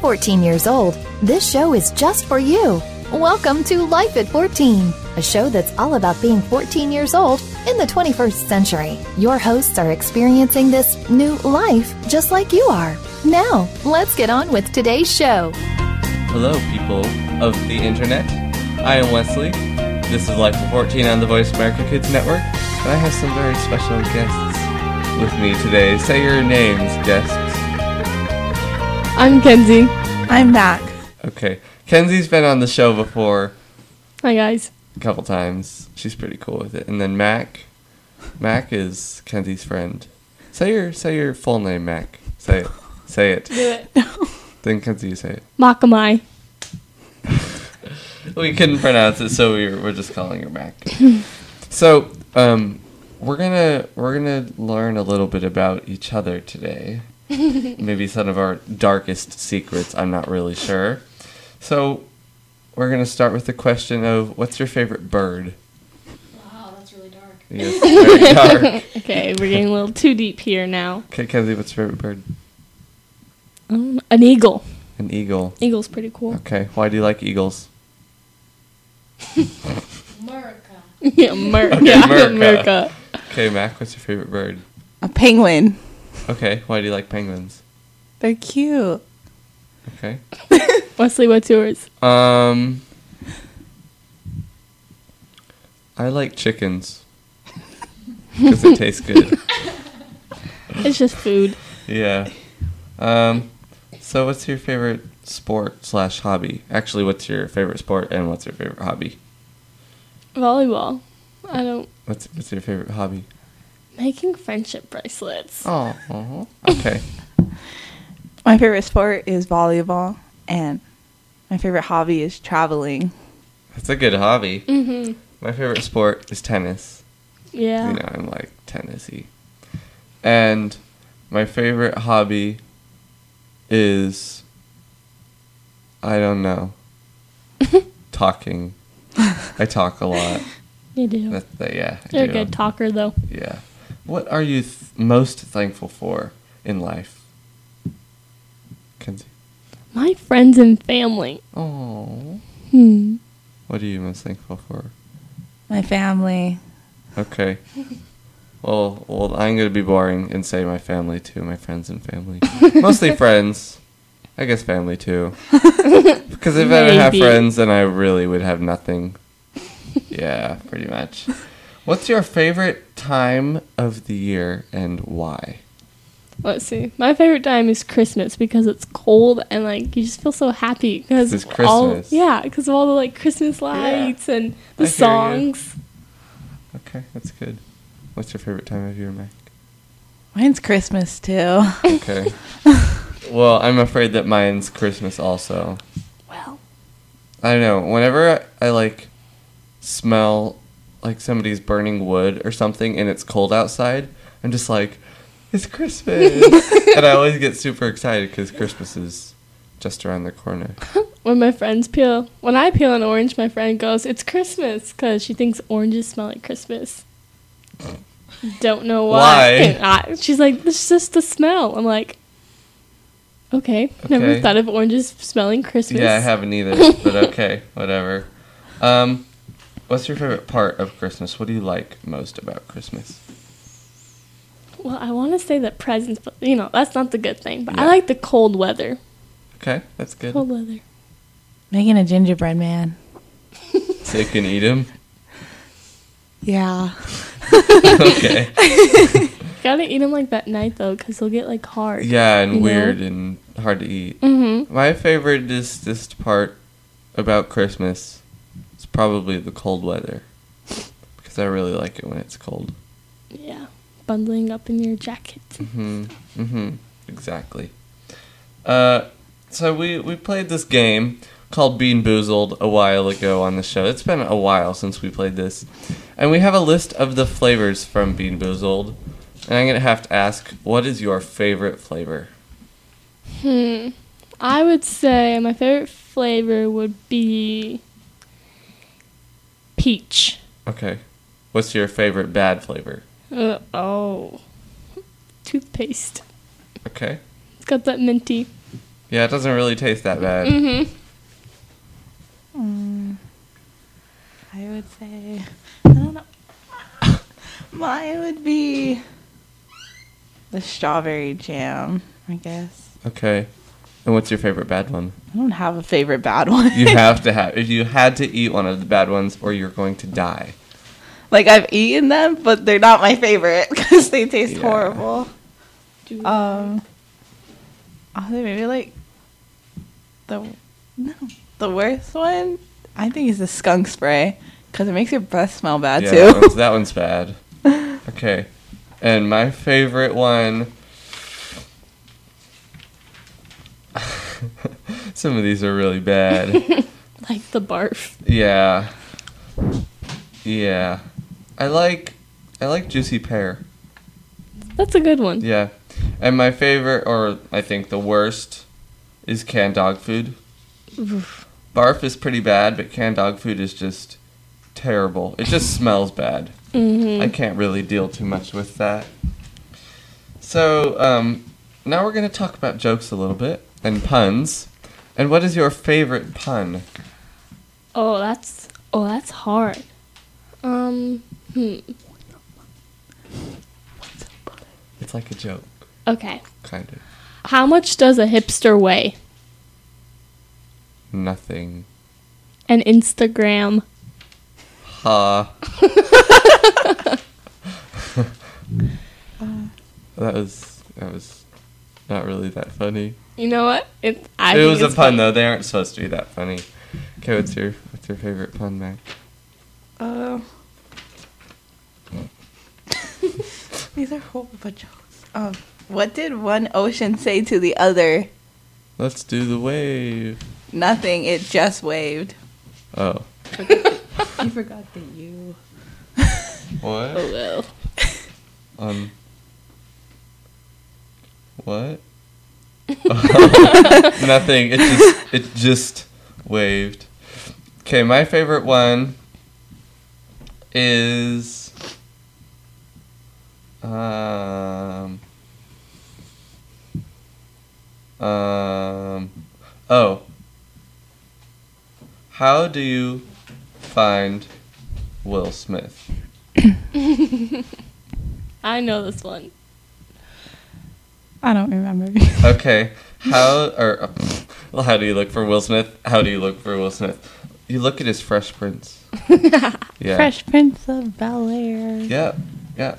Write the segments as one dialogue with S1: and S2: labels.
S1: 14 years old, this show is just for you. Welcome to Life at 14, a show that's all about being 14 years old in the 21st century. Your hosts are experiencing this new life just like you are. Now, let's get on with today's show.
S2: Hello, people of the internet. I am Wesley. This is Life at 14 on the Voice America Kids Network, and I have some very special guests with me today. Say your names, guests.
S3: I'm Kenzie.
S4: I'm back.
S2: Okay. Kenzie's been on the show before
S3: Hi guys.
S2: a couple times. She's pretty cool with it. And then Mac. Mac is Kenzie's friend. Say your say your full name, Mac. Say it. Say it.
S3: Do it.
S2: Then Kenzie, you say
S3: Makamai.
S2: it. We couldn't pronounce it, so we were, we're just calling her Mac. So, um, we're gonna we're gonna learn a little bit about each other today. Maybe some of our darkest secrets. I'm not really sure. So, we're gonna start with the question of what's your favorite bird?
S5: Wow, that's really dark.
S2: Yes, very dark.
S3: Okay, we're getting a little too deep here now.
S2: Okay, Kenzie, what's your favorite bird?
S3: Um, an eagle.
S2: An eagle.
S3: Eagle's pretty cool.
S2: Okay, why do you like eagles?
S5: America.
S3: yeah, Mer-
S2: Okay,
S3: yeah,
S2: Merca.
S3: Merca.
S2: Okay, Mac, what's your favorite bird?
S4: A penguin.
S2: Okay, why do you like penguins?
S4: They're cute.
S2: Okay.
S3: Wesley, what's yours?
S2: Um, I like chickens because they taste good.
S3: It's just food.
S2: Yeah. Um, so what's your favorite sport slash hobby? Actually, what's your favorite sport and what's your favorite hobby?
S3: Volleyball. I don't.
S2: What's what's your favorite hobby?
S3: Making friendship bracelets.
S2: Oh, okay.
S4: My favorite sport is volleyball, and my favorite hobby is traveling.
S2: That's a good hobby.
S3: Mm-hmm.
S2: My favorite sport is tennis.
S3: Yeah.
S2: You know, I'm like Tennessee. And my favorite hobby is I don't know. talking. I talk a lot.
S3: You do.
S2: That's the, yeah. I
S3: You're a
S2: do.
S3: good talker, though.
S2: Yeah. What are you th- most thankful for in life? Kenzie.
S3: My friends and family.
S2: Oh.
S3: Hmm.
S2: What are you most thankful for?
S4: My family.
S2: Okay. Well, well, I'm gonna be boring and say my family too, my friends and family, mostly friends. I guess family too, because if I didn't have
S3: Maybe.
S2: friends, then I really would have nothing. Yeah, pretty much. What's your favorite time of the year and why?
S3: Let's see. My favorite time is Christmas because it's cold and like you just feel so happy because
S2: It's
S3: All,
S2: Christmas.
S3: yeah, because of all the like Christmas lights and the
S2: I hear you.
S3: songs.
S2: Okay, that's good. What's your favorite time of year, Mac?
S4: Mine's Christmas too.
S2: Okay. well, I'm afraid that mine's Christmas also.
S3: Well,
S2: I don't know. Whenever I, I like smell like somebody's burning wood or something and it's cold outside, I'm just like, it's Christmas. and I always get super excited because Christmas is just around the corner.
S3: when my friends peel, when I peel an orange, my friend goes, "It's Christmas," because she thinks oranges smell like Christmas. Don't know why.
S2: Why?
S3: And I, she's like, "It's just the smell." I'm like, "Okay, never
S2: Okay.
S3: thought of oranges smelling Christmas."
S2: Yeah, I haven't either, but okay, whatever. Um, what's your favorite part of Christmas? What do you like most about Christmas?
S3: Well, I want to say that presents, but you know that's not the good thing. But
S2: Yeah.
S3: I like the cold weather.
S2: Okay, that's good.
S3: Cold weather.
S4: Making a gingerbread man.
S2: So you can eat them.
S4: Yeah.
S2: okay.
S3: Gotta eat them like that night though, because they'll get like hard.
S2: Yeah, and
S3: You know?
S2: weird and hard to eat.
S3: Mm-hmm.
S2: My favorite is this part about Christmas. It's probably the cold weather because I really like it when it's cold.
S3: Yeah. Bundling up in your jacket.
S2: hmm hmm Exactly. Uh, so we we played this game called Bean Boozled a while ago on the show. It's been a while since we played this, and we have a list of the flavors from Bean Boozled. And I'm gonna have to ask, what is your favorite flavor?
S3: Hmm. I would say my favorite flavor would be peach.
S2: Okay. What's your favorite bad flavor?
S3: Uh, oh. Toothpaste.
S2: Okay.
S3: It's got that minty.
S2: Yeah, it doesn't really taste that bad.
S3: Mm-hmm.
S4: Mm, I would say, I don't know. Mine would be the strawberry jam, I guess.
S2: Okay. And what's your favorite bad one?
S4: I don't have a favorite bad one.
S2: You have to have. If you had to eat one of the bad ones, or you're going to die.
S4: like, I've eaten them, but they're not my favorite because they taste
S2: Yeah.
S4: horrible. Um, I think maybe like the no the worst one. I think is the skunk spray because it makes your breath smell bad
S2: yeah, That, one's,
S4: too.
S2: that one's bad. Okay. And my favorite one. Some of these are really bad.
S3: like the barf.
S2: yeah. Yeah. I like I like juicy pear.
S3: That's a good one.
S2: Yeah. And my favorite or I think the worst is canned dog food.
S3: Oof.
S2: Barf is pretty bad, but canned dog food is just terrible. It just smells bad.
S3: Mm-hmm.
S2: I can't really deal too much with that. So, um, now we're going to talk about jokes a little bit and puns. And what is your favorite pun?
S3: Oh, that's oh, that's hard. Um. Hmm.
S2: It's like a joke,
S3: Okay.
S2: kind of.
S3: How much does a hipster weigh?
S2: Nothing.
S3: An Instagram.
S4: Uh.
S2: Ha. that was that was not really that funny.
S3: You know what? It. I
S2: it
S3: think
S2: was a
S3: it's
S2: pun
S3: funny.
S2: though. They aren't supposed to be that funny. Okay, what's your what's your favorite pun, Mac?
S4: Uh, these are horrible jokes. Um, what did one ocean say to the other?
S2: Let's do the wave.
S4: Nothing. It just waved.
S2: Oh.
S4: I forgot the you.
S2: What?
S3: Oh well.
S2: Um. What? Nothing. It just it just waved. Okay, my favorite one is um um oh. How do you find Will Smith?
S3: I know this one.
S4: I don't remember.
S2: Okay. How or well, how do you look for Will Smith? How do you look for Will Smith? You look at his Fresh Prince. Yeah.
S4: Fresh Prince of Bel Air.
S2: Yep. Yep.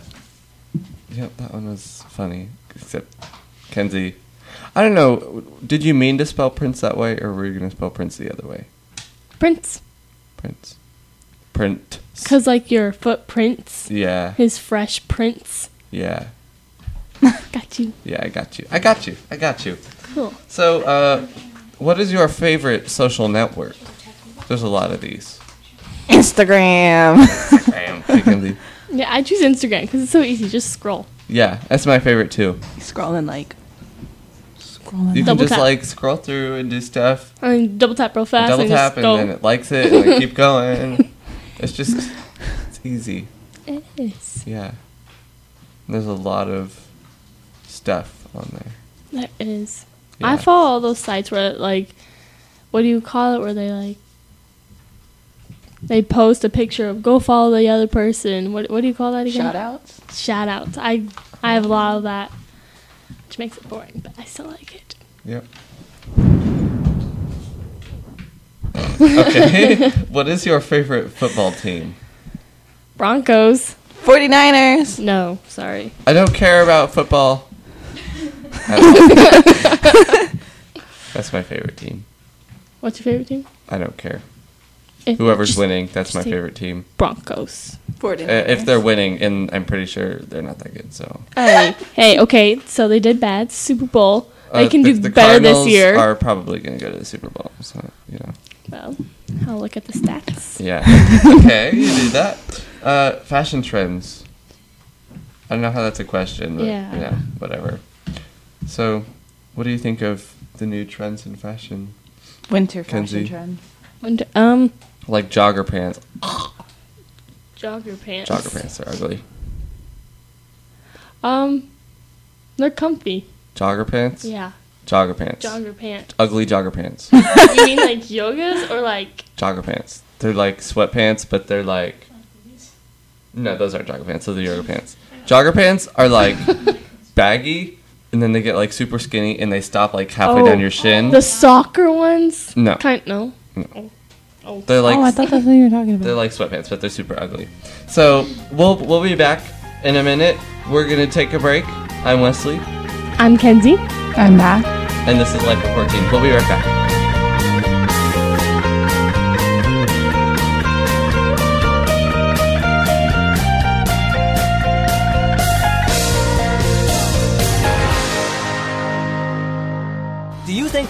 S2: Yep. That one was funny. Except Kenzie. I don't know. Did you mean to spell Prince that way, or were you gonna spell Prince the other way?
S3: Prince.
S2: Prince. Print.
S3: Cause like your footprints,
S2: Yeah.
S3: his fresh prints.
S2: Yeah.
S3: Got you.
S2: Yeah. I got you. I got you. I got you.
S3: Cool.
S2: So, uh, what is your favorite social network? There's a lot of these.
S4: Instagram.
S2: Bam. Hey, Kenzie.
S3: Yeah, I choose Instagram because it's so easy. Just scroll.
S2: Yeah, that's my favorite too.
S4: Scrolling like.
S2: You
S4: Scrolling.
S2: can
S3: Double
S2: just
S3: tap. Uh,
S2: like scroll through and do stuff,
S3: And double tap real fast.
S2: double
S3: and
S2: tap,
S3: just
S2: and
S3: go.
S2: then it likes it, and like, keep going. It's just it's easy.
S3: It is.
S2: Yeah, And there's a lot of stuff on there.
S3: There is.
S2: Yeah.
S3: I follow all those sites where like, what do you call it? Where they like, they post a picture of go follow the other person. What what do you call that again?
S4: Shout outs.
S3: Shout outs. I I have a lot of that, which makes it boring, but I still like it.
S2: Yep. okay, what is your favorite football team?
S3: Broncos.
S4: 49ers.
S3: No, sorry.
S2: I don't care about football. That's- That's my favorite team.
S3: What's your favorite team?
S2: I don't care.
S3: If-
S2: Whoever's
S3: just
S2: winning, that's my
S3: say-
S2: favorite team.
S3: Broncos.
S4: 49ers.
S2: Uh, if they're winning, and I'm pretty sure they're not that good, so
S3: Hey, hey, okay. So they did bad. Super Bowl. They
S2: Uh,
S3: can
S2: the-
S3: do
S2: the
S3: better
S2: Cardinals
S3: this year.
S2: Are probably going to go to the Super Bowl, so you know.
S3: well, I'll look at the stats.
S2: Yeah. okay, you do that. Uh, fashion trends. I don't know how that's a question, but yeah,
S3: Yeah.
S2: whatever. So, what do you think of the new trends in fashion,
S4: Winter
S2: Kenzie.
S4: fashion trend.
S3: Wonder- Um,
S2: like jogger pants?
S3: jogger pants.
S2: Jogger pants are ugly.
S3: Um, they're comfy.
S2: Jogger pants.
S3: Yeah.
S2: Jogger pants.
S3: Jogger pants.
S2: Ugly jogger pants.
S3: you mean like yogas or like
S2: jogger pants. They're like sweatpants, but they're like. No, those aren't jogger pants. Those are yoga pants. Jogger pants are like baggy, and then they get like super skinny, and they stop like halfway
S3: Oh.
S2: down your shin.
S3: the soccer ones?
S2: No.
S3: Kind no.
S2: They're like
S4: oh, I thought that's what you were talking
S2: they're
S4: about.
S2: like sweatpants, but they're super ugly. So we'll we'll be back in a minute. We're gonna take a break. I'm Wesley,
S3: I'm Kenzie.
S4: I'm back.
S2: and this is Life at 14. We'll be right back.
S6: Do you think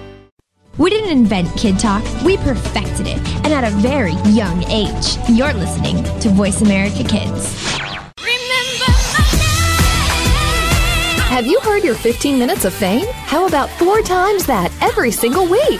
S7: We didn't invent Kid Talk, we perfected it, and at a very young age. You're listening to Voice America Kids.
S1: Have you heard your 15 minutes of fame? How about four times that every single week?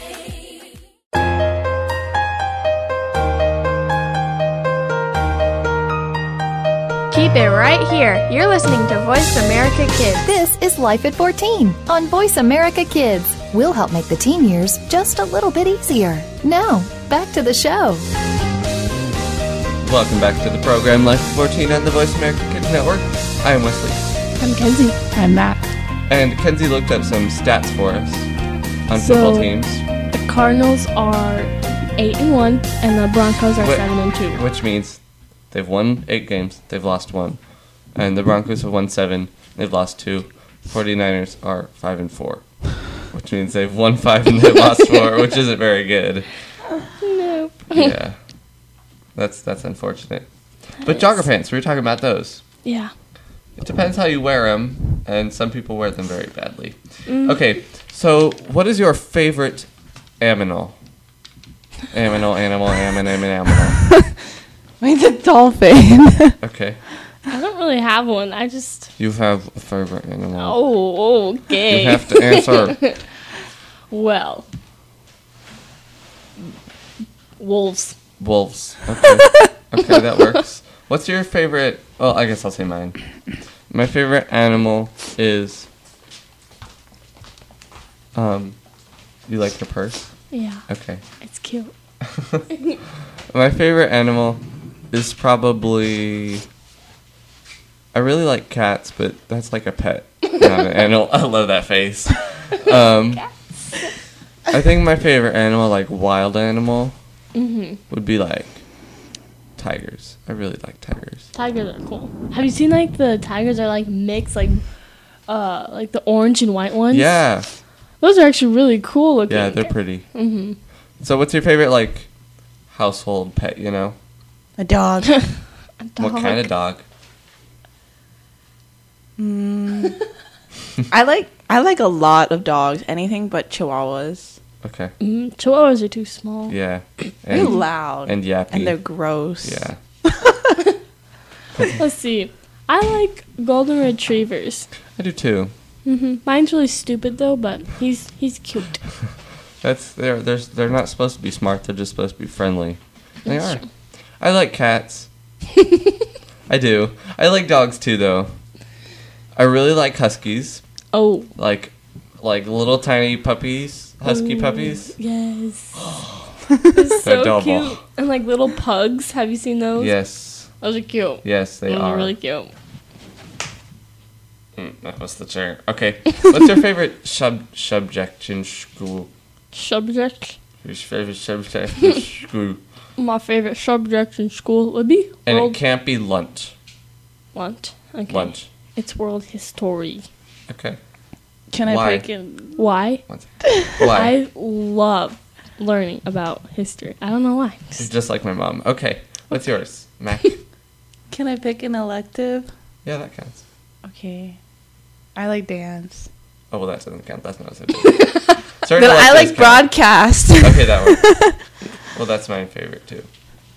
S8: Keep it right here. You're listening to Voice America Kids.
S1: This is Life at 14 on Voice America Kids. We'll help make the teen years just a little bit easier. Now, back to the show.
S2: Welcome back to the program Life at 14 on the Voice America Kids Network. I am Wesley.
S3: I'm Kenzie.
S4: I'm back.
S2: And Kenzie looked up some stats for us on
S3: So-
S2: football teams,
S3: The Cardinals are eight and one, and the Broncos are
S2: Wait.
S3: seven and two.
S2: which means they've won eight games, they've lost one. And the Broncos have won seven, they've lost two. 49ers are five and four, which means they've won five and they lost four, which isn't very good.
S3: Nope.
S2: Yeah. That's that's unfortunate. But jogger pants, we were talking about those.
S3: Yeah.
S2: It depends how you wear them, and some people wear them very badly. Okay, so what is your favorite aminal? Aminal, animal, amin, amin, aminal.
S4: Wait, the dolphin.
S2: Okay,
S3: I don't really have one. I just
S2: you have a favorite animal.
S3: oh okay.
S2: You have to answer.
S3: well, wolves.
S2: Wolves. Okay, okay, that works. What's your favorite? Well, I guess I'll say mine. My favorite animal is. Um, you like the purse?
S3: Yeah,
S2: Okay.
S3: it's cute.
S2: My favorite animal is probably. I really like cats, but that's like a pet, not an animal. I love that face. Um, I think my favorite animal, like wild animal, would be like tigers. I really like tigers.
S3: Tigers are cool. Have you seen like the tigers are like mixed, like uh, like the orange and white ones?
S2: Yeah,
S3: those are actually really cool looking.
S2: yeah, they're pretty. Mm-hmm. So, what's your favorite like household pet? You know,
S4: a dog.
S2: what kind of dog?
S4: I like I like a lot of dogs. Anything but chihuahuas.
S2: Okay,
S3: Mm, chihuahuas are too small.
S2: yeah,
S4: They're
S2: and,
S4: loud
S2: and yappy,
S4: and they're gross.
S2: yeah.
S3: Let's see. I like golden retrievers.
S2: I do too.
S3: Mine's really stupid though, but he's he's cute.
S2: That's they're they're they're not supposed to be smart. They're just supposed to be friendly. They are. I like cats. I do. I like dogs too, though. I really like huskies,
S3: Oh
S2: like like little tiny puppies, husky puppies.
S3: yes, it's so
S2: Adorable.
S3: cute. And like little pugs. Have you seen those?
S2: Yes,
S3: those are cute.
S2: yes, they
S3: those
S2: are.
S3: are really cute.
S2: Mm, that was the chair. Okay, what's your favorite sub subject in school?
S3: Subject.
S2: Your favorite subject in school?
S3: my favorite subject in school would be
S2: And it
S3: world
S2: can't be lunch.
S3: lunch. Okay.
S2: Lunch.
S3: It's world history.
S2: Okay.
S4: Can I
S2: Why?
S4: break in?
S3: Why?
S2: One second. Why?
S3: I love learning about history. I don't know why.
S2: She's just like my mom. Okay. What's yours, Mac?
S4: Can I pick an elective?
S2: yeah, that counts.
S4: Okay. I like dance.
S2: Oh well, that doesn't count. That's not so. Certain
S4: Then I
S2: electives
S4: like
S2: count.
S4: broadcast.
S2: Okay, that works. well, that's my favorite too.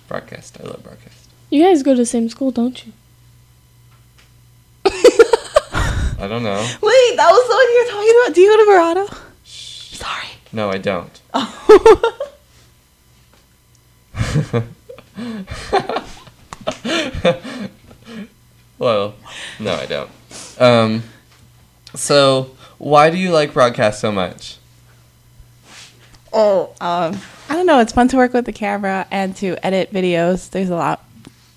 S2: Broadcast. I love broadcast.
S3: You guys go to the same school, don't you?
S2: I don't know.
S4: Wait, that was the one you were talking about. Do you go to Verado? Sorry.
S2: No, I don't.
S4: Oh.
S2: Well, no, I don't. Um, so why do you like broadcast so much?
S4: oh. Um, I don't know. It's fun to work with the camera and to edit videos. There's a lot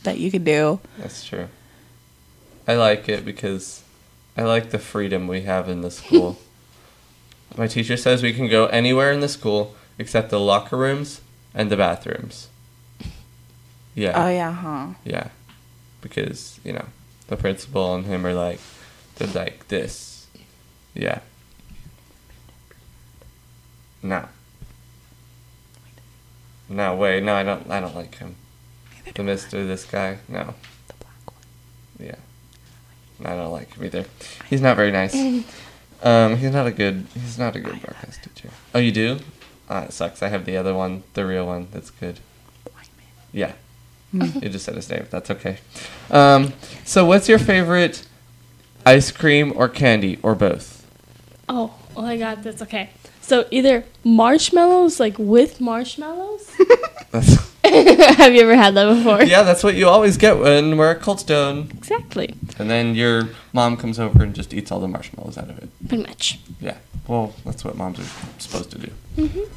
S4: that you can do.
S2: That's true. I like it because I like the freedom we have in the school. My teacher says we can go anywhere in the school except the locker rooms and the bathrooms. Yeah. Mm-hmm.
S4: Oh yeah, huh?
S2: Yeah. Because, you know, the principal and him are like, they're like this. Yeah. No. No, wait, no, I don't I don't like him. The mister, this guy, no.
S4: The black one.
S2: Yeah. I don't like him either. He's not very nice. Um, he's not a good he's not a good broadcast teacher. Oh you do? Ah, it sucks. I have the other one, the real one, that's good.
S4: Blind man.
S2: Yeah. You just said his name. That's okay. Um, so, what's your favorite ice cream or candy or both?
S3: Oh, oh my god, that's okay. So either marshmallows, like with marshmallows.
S2: That's-
S3: Have you ever had that before?
S2: yeah, that's what you always get when we're at Coldstone.
S3: Exactly.
S2: And then your mom comes over and just eats all the marshmallows out of it.
S3: Pretty much.
S2: Yeah. Well, that's what moms are supposed to do.
S3: And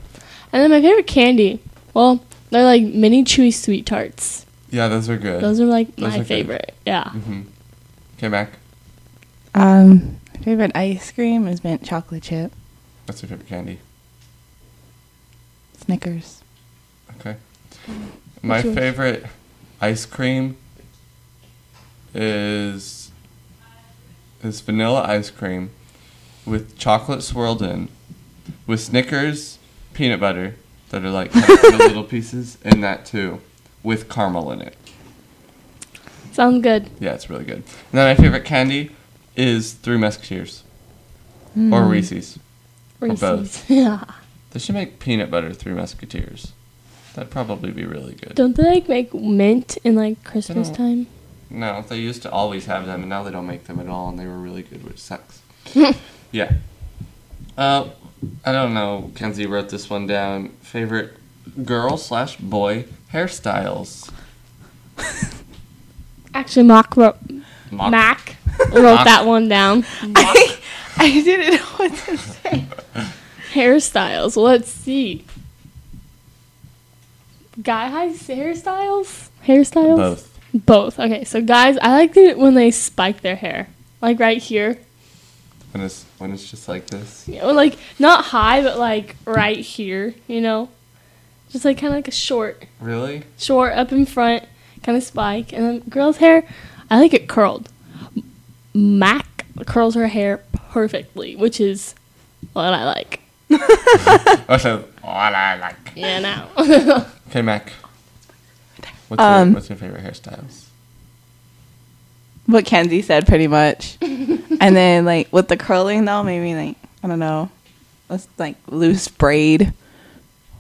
S3: then my favorite candy. Well, they're like mini chewy sweet tarts.
S2: Yeah, those are good. Mm-hmm.
S3: Those are like
S2: Those are
S3: my
S2: good.
S3: favorite. Yeah.
S2: okay, Mac.
S4: Um, my favorite ice cream is mint chocolate chip,
S2: That's your favorite candy.
S4: Snickers.
S2: Okay. My
S3: yours?
S2: favorite ice cream is is vanilla ice cream with chocolate swirled in, with Snickers peanut butter that are like cut into little pieces, and that too, with caramel in it.
S3: Sounds good.
S2: Yeah, it's really good. And then my favorite candy is Three Musketeers or Reese's. Or both.
S3: Reese's. Yeah.
S2: They should make peanut butter Three Musketeers. That'd probably be really good.
S3: Don't they like make mint in like Christmas
S2: don't-
S3: time?
S2: No, they used to always have them, and now they don't make them at all, and they were really good, which sucks. yeah. Uh, I don't know. Kenzie wrote this one down. Favorite girl slash boy hairstyles.
S3: Actually, Mac wrote,
S2: Mock-
S3: Mac wrote that one down.
S4: I didn't know what to say.
S3: Hairstyles. Let's see. Guy highs hairstyles. Hairstyles.
S2: Both.
S3: Both. Okay, so guys, I like it when they spike their hair, like right here.
S2: When it's when it's just like this.
S3: You know, like not high, but like right here. You know, just like kind of like a short,
S2: Really?
S3: short up in front, kind of spike. And then girls' hair, I like it curled. M- Mac curls her hair perfectly, which is what I like.
S2: Also, all Oh, I like.
S3: Yeah, now.
S2: Okay, Mac. What's,
S4: Um,
S2: your, what's your favorite hairstyles?
S4: What Kenzie said, pretty much. and then like with the curling though, maybe like I don't know, let's like loose braid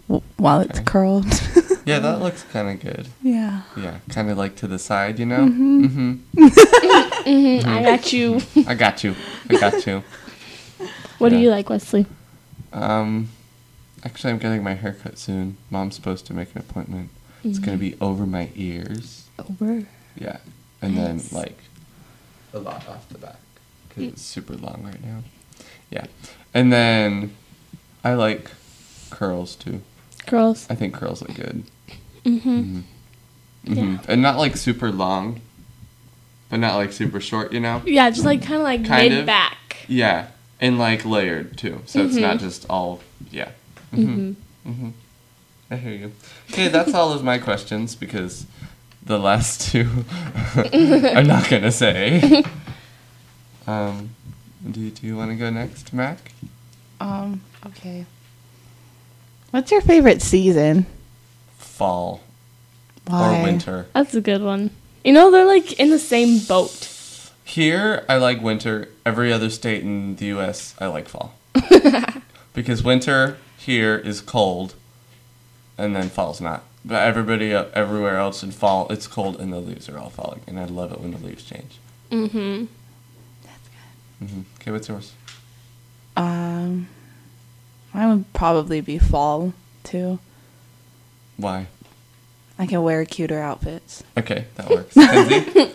S4: w- while it's
S2: Okay.
S4: curled.
S2: Yeah, that looks kind of good.
S4: yeah.
S2: Yeah, kind of like to the side, you know? hmm
S3: I got you.
S2: I got you. I got you.
S3: What
S2: Yeah.
S3: do you like, Wesley?
S2: Um, actually, I'm getting my hair cut soon. Mom's supposed to make an appointment. It's gonna be over my ears.
S3: Over.
S2: Yeah, and then like a lot off the back because it's super long right now. Yeah, and then I like curls too.
S3: Girls.
S2: I think curls look good. Mm-hmm. hmm And not like super long, but not like super short. You know?
S3: Yeah, just like kind of like
S2: Kind of.
S3: mid back.
S2: Yeah, and like layered too. So it's not just all. Yeah.
S3: hmm
S2: Mm-hmm. I hear you. Okay, that's all of my questions because the last two I'm not gonna say. Um, do do you want to go next, Mac?
S4: Um. Okay. What's your favorite season?
S2: Fall
S4: Why?
S2: or winter?
S3: That's a good one. You know, they're like in the same boat.
S2: Here, I like winter. Every other state in the U.S., I like fall because winter here is cold, and then fall's not. But everybody uh, everywhere else in fall, it's cold and the leaves are all falling, and I love it when the leaves change.
S3: Mm-hmm.
S2: hmm Okay, what's yours?
S4: Um. Mine would probably be fall too.
S2: Why?
S4: I can wear cuter outfits.
S2: Okay, that works. Kenzie?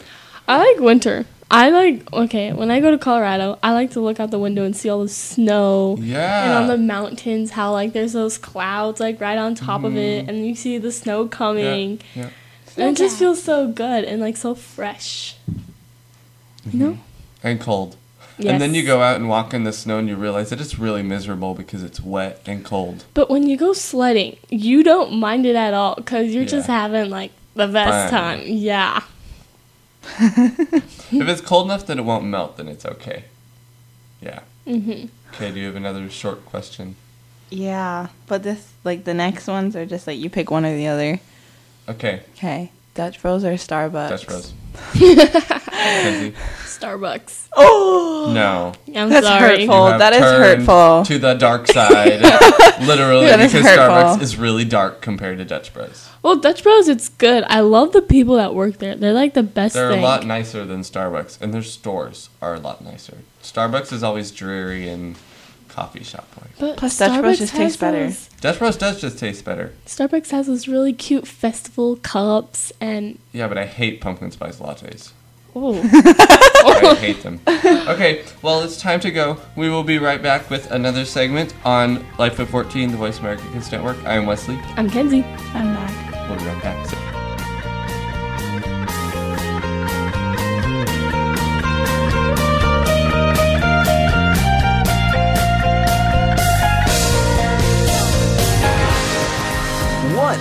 S3: I like winter. I like okay. When I go to Colorado, I like to look out the window and see all the snow and
S2: yeah.
S3: on the mountains how like there's those clouds like right on top of
S2: Mm-hmm.
S3: it, and you see the snow coming,
S2: yeah.
S3: and it just feels so good and like so fresh. You know?
S2: and cold.
S3: Yes.
S2: And then you go out and walk in the snow and you realize that it's really miserable because it's wet and cold.
S3: But when you go sledding, you don't mind it at all because you're just
S2: Yeah.
S3: having like the
S2: Fun.
S3: best time. Yeah.
S2: if it's cold enough that it won't melt, then it's okay. Yeah. Mm-hmm. Okay, do you have another short question?
S4: Yeah, but this like the next ones are just like you pick one or the other.
S2: Okay,
S4: Okay, Dutch Bros or Starbucks?
S2: Dutch Rose. Kenzie?
S3: Starbucks.
S4: Oh,
S2: No.
S3: I'm
S4: That's
S3: sorry.
S2: You
S4: hurtful. Oh,
S2: have
S4: that is
S2: turned
S4: hurtful.
S2: To the dark side. Literally,
S4: That is
S2: because Starbucks
S4: hurtful.
S2: is really dark compared to Dutch Bros.
S3: Well, Dutch Bros, it's good. I love the people that work there. They're like the best
S2: They're
S3: thing.
S2: a lot nicer than Starbucks, and their stores are a lot nicer. Starbucks is always dreary and coffee shop like.
S3: But
S4: Plus, Dutch Bros
S3: Starbucks
S4: just
S3: has
S4: tastes better.
S3: those-
S2: Dutch Bros does just taste better.
S3: Starbucks has those really cute festival cups and
S2: Yeah, but I hate pumpkin spice lattes.
S3: oh,
S2: I hate them. Okay, well, it's time to go. We will be right back with another segment on Life at 14, the Voice America Kids Network. I am Wesley.
S3: I'm Kenzie.
S4: I'm back.
S2: We'll be right back.
S6: What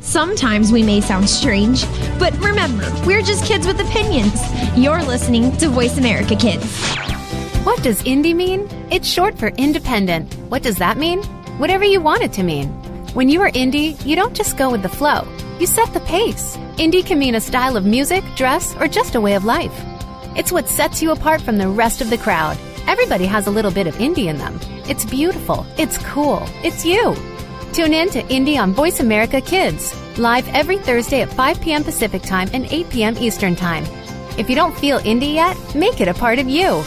S9: Sometimes we may sound strange, but remember, we're just kids with opinions. You're listening to Voice America Kids.
S1: What does indie mean? It's short for independent. What does that mean? Whatever you want it to mean. When you are indie, you don't just go with the flow, you set the pace. Indie can mean a style of music, dress, or just a way of life. It's what sets you apart from the rest of the crowd. Everybody has a little bit of indie in them. It's beautiful, it's cool, it's you. Tune in to Indie on Voice America Kids, live every Thursday at 5 p.m. Pacific Time and 8 p.m. Eastern Time. If you don't feel indie yet, make it a part of you.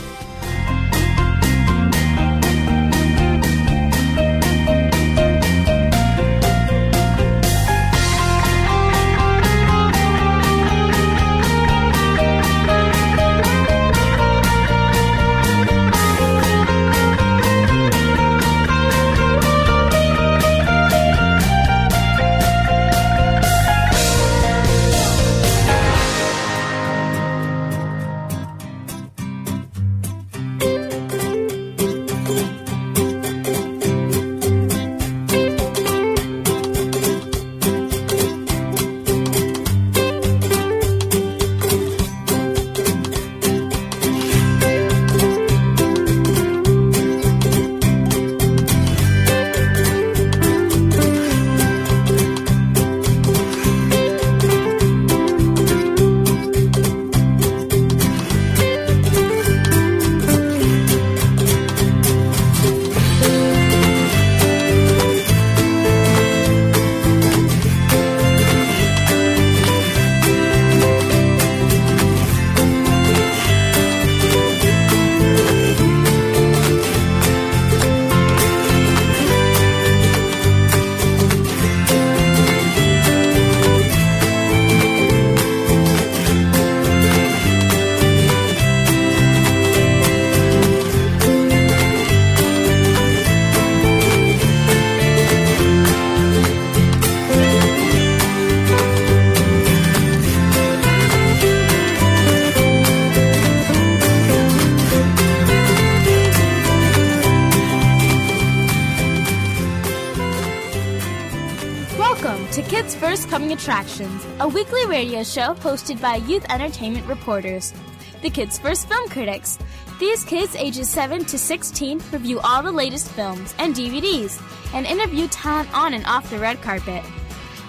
S10: to Kids First Coming Attractions, a weekly radio show hosted by youth entertainment reporters, the Kids First Film Critics. These kids ages 7 to 16 review all the latest films and DVDs and interview time on and off the red carpet.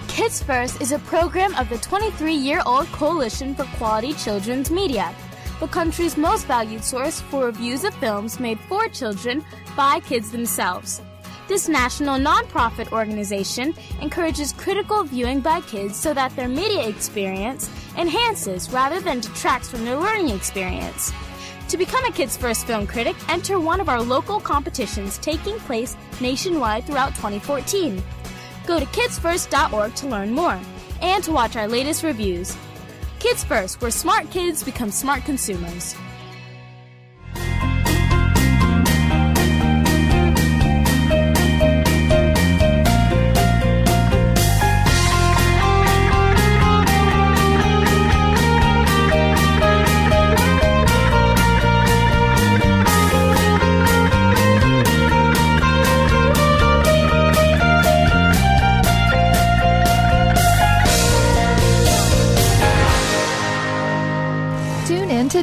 S10: Kids First is a program of the 23 year old Coalition for Quality Children's Media, the country's most valued source for reviews of films made for children by kids themselves. This national nonprofit organization encourages critical viewing by kids so that their media experience enhances rather than detracts from their learning experience. To become a Kids First film critic, enter one of our local competitions taking place nationwide throughout 2014. Go to kidsfirst.org to learn more and to watch our latest reviews. Kids First, where smart kids become smart consumers.
S1: Tune in to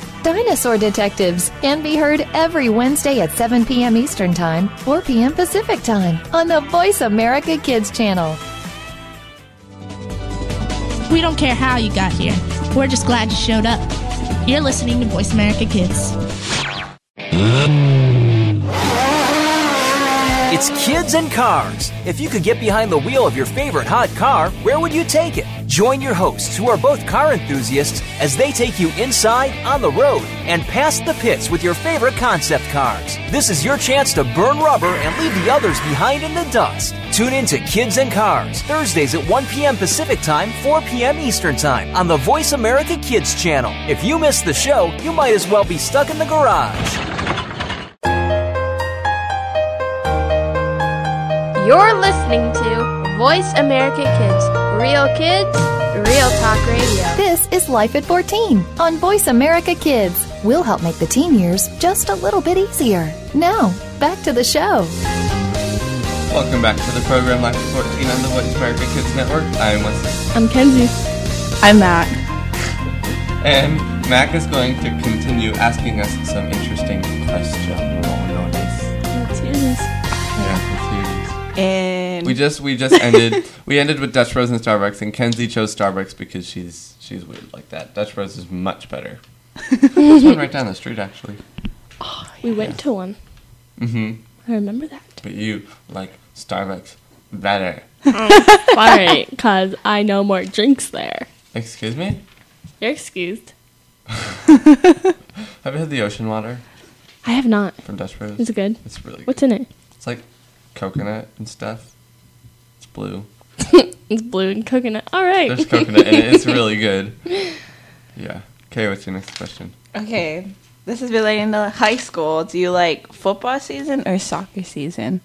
S1: Dinosaur Detectives can be heard every Wednesday at 7 p.m. Eastern Time, 4 p.m. Pacific Time on the Voice America Kids channel.
S11: We don't care how you got here. We're just glad you showed up. You're listening to Voice America Kids.
S6: It's Kids and Cars. If you could get behind the wheel of your favorite hot car, where would you take it? Join your hosts, who are both car enthusiasts, as they take you inside, on the road, and past the pits with your favorite concept cars. This is your chance to burn rubber and leave the others behind in the dust. Tune in to Kids and Cars, Thursdays at 1 p.m. Pacific Time, 4 p.m. Eastern Time, on the Voice America Kids channel. If you miss the show, you might as well be stuck in the garage.
S8: You're listening to Voice America Kids. Real kids, real talk radio.
S1: This is Life at 14 on Voice America Kids. We'll help make the teen years just a little bit easier. Now, back to the show.
S2: Welcome back to the program Life at 14 on the Voice America Kids Network. I'm Wesley.
S3: I'm Kenzie.
S4: I'm Mac.
S2: And Mac is going to continue asking us some interesting questions.
S3: Let's hear this.
S2: Yeah,
S4: And
S2: we just we just ended we ended with Dutch Rose and Starbucks, and Kenzie chose Starbucks because she's she's weird like that. Dutch Rose is much better. There's one right down the street, actually.
S3: We went to one.
S2: hmm
S3: I remember that.
S2: But you like Starbucks better.
S3: Sorry, because I know more drinks there.
S2: Excuse me?
S3: You're excused.
S2: Have you had the ocean water
S3: I have not.
S2: from Dutch Bros?
S3: Is it good?
S2: It's really good.
S3: What's in it?
S2: It's like coconut and stuff. It's blue.
S3: It's blue and coconut. All right.
S2: There's coconut in it. It's really good. Yeah. Okay, what's your next question?
S4: Okay, this is relating to high school. Do you like football season or soccer season?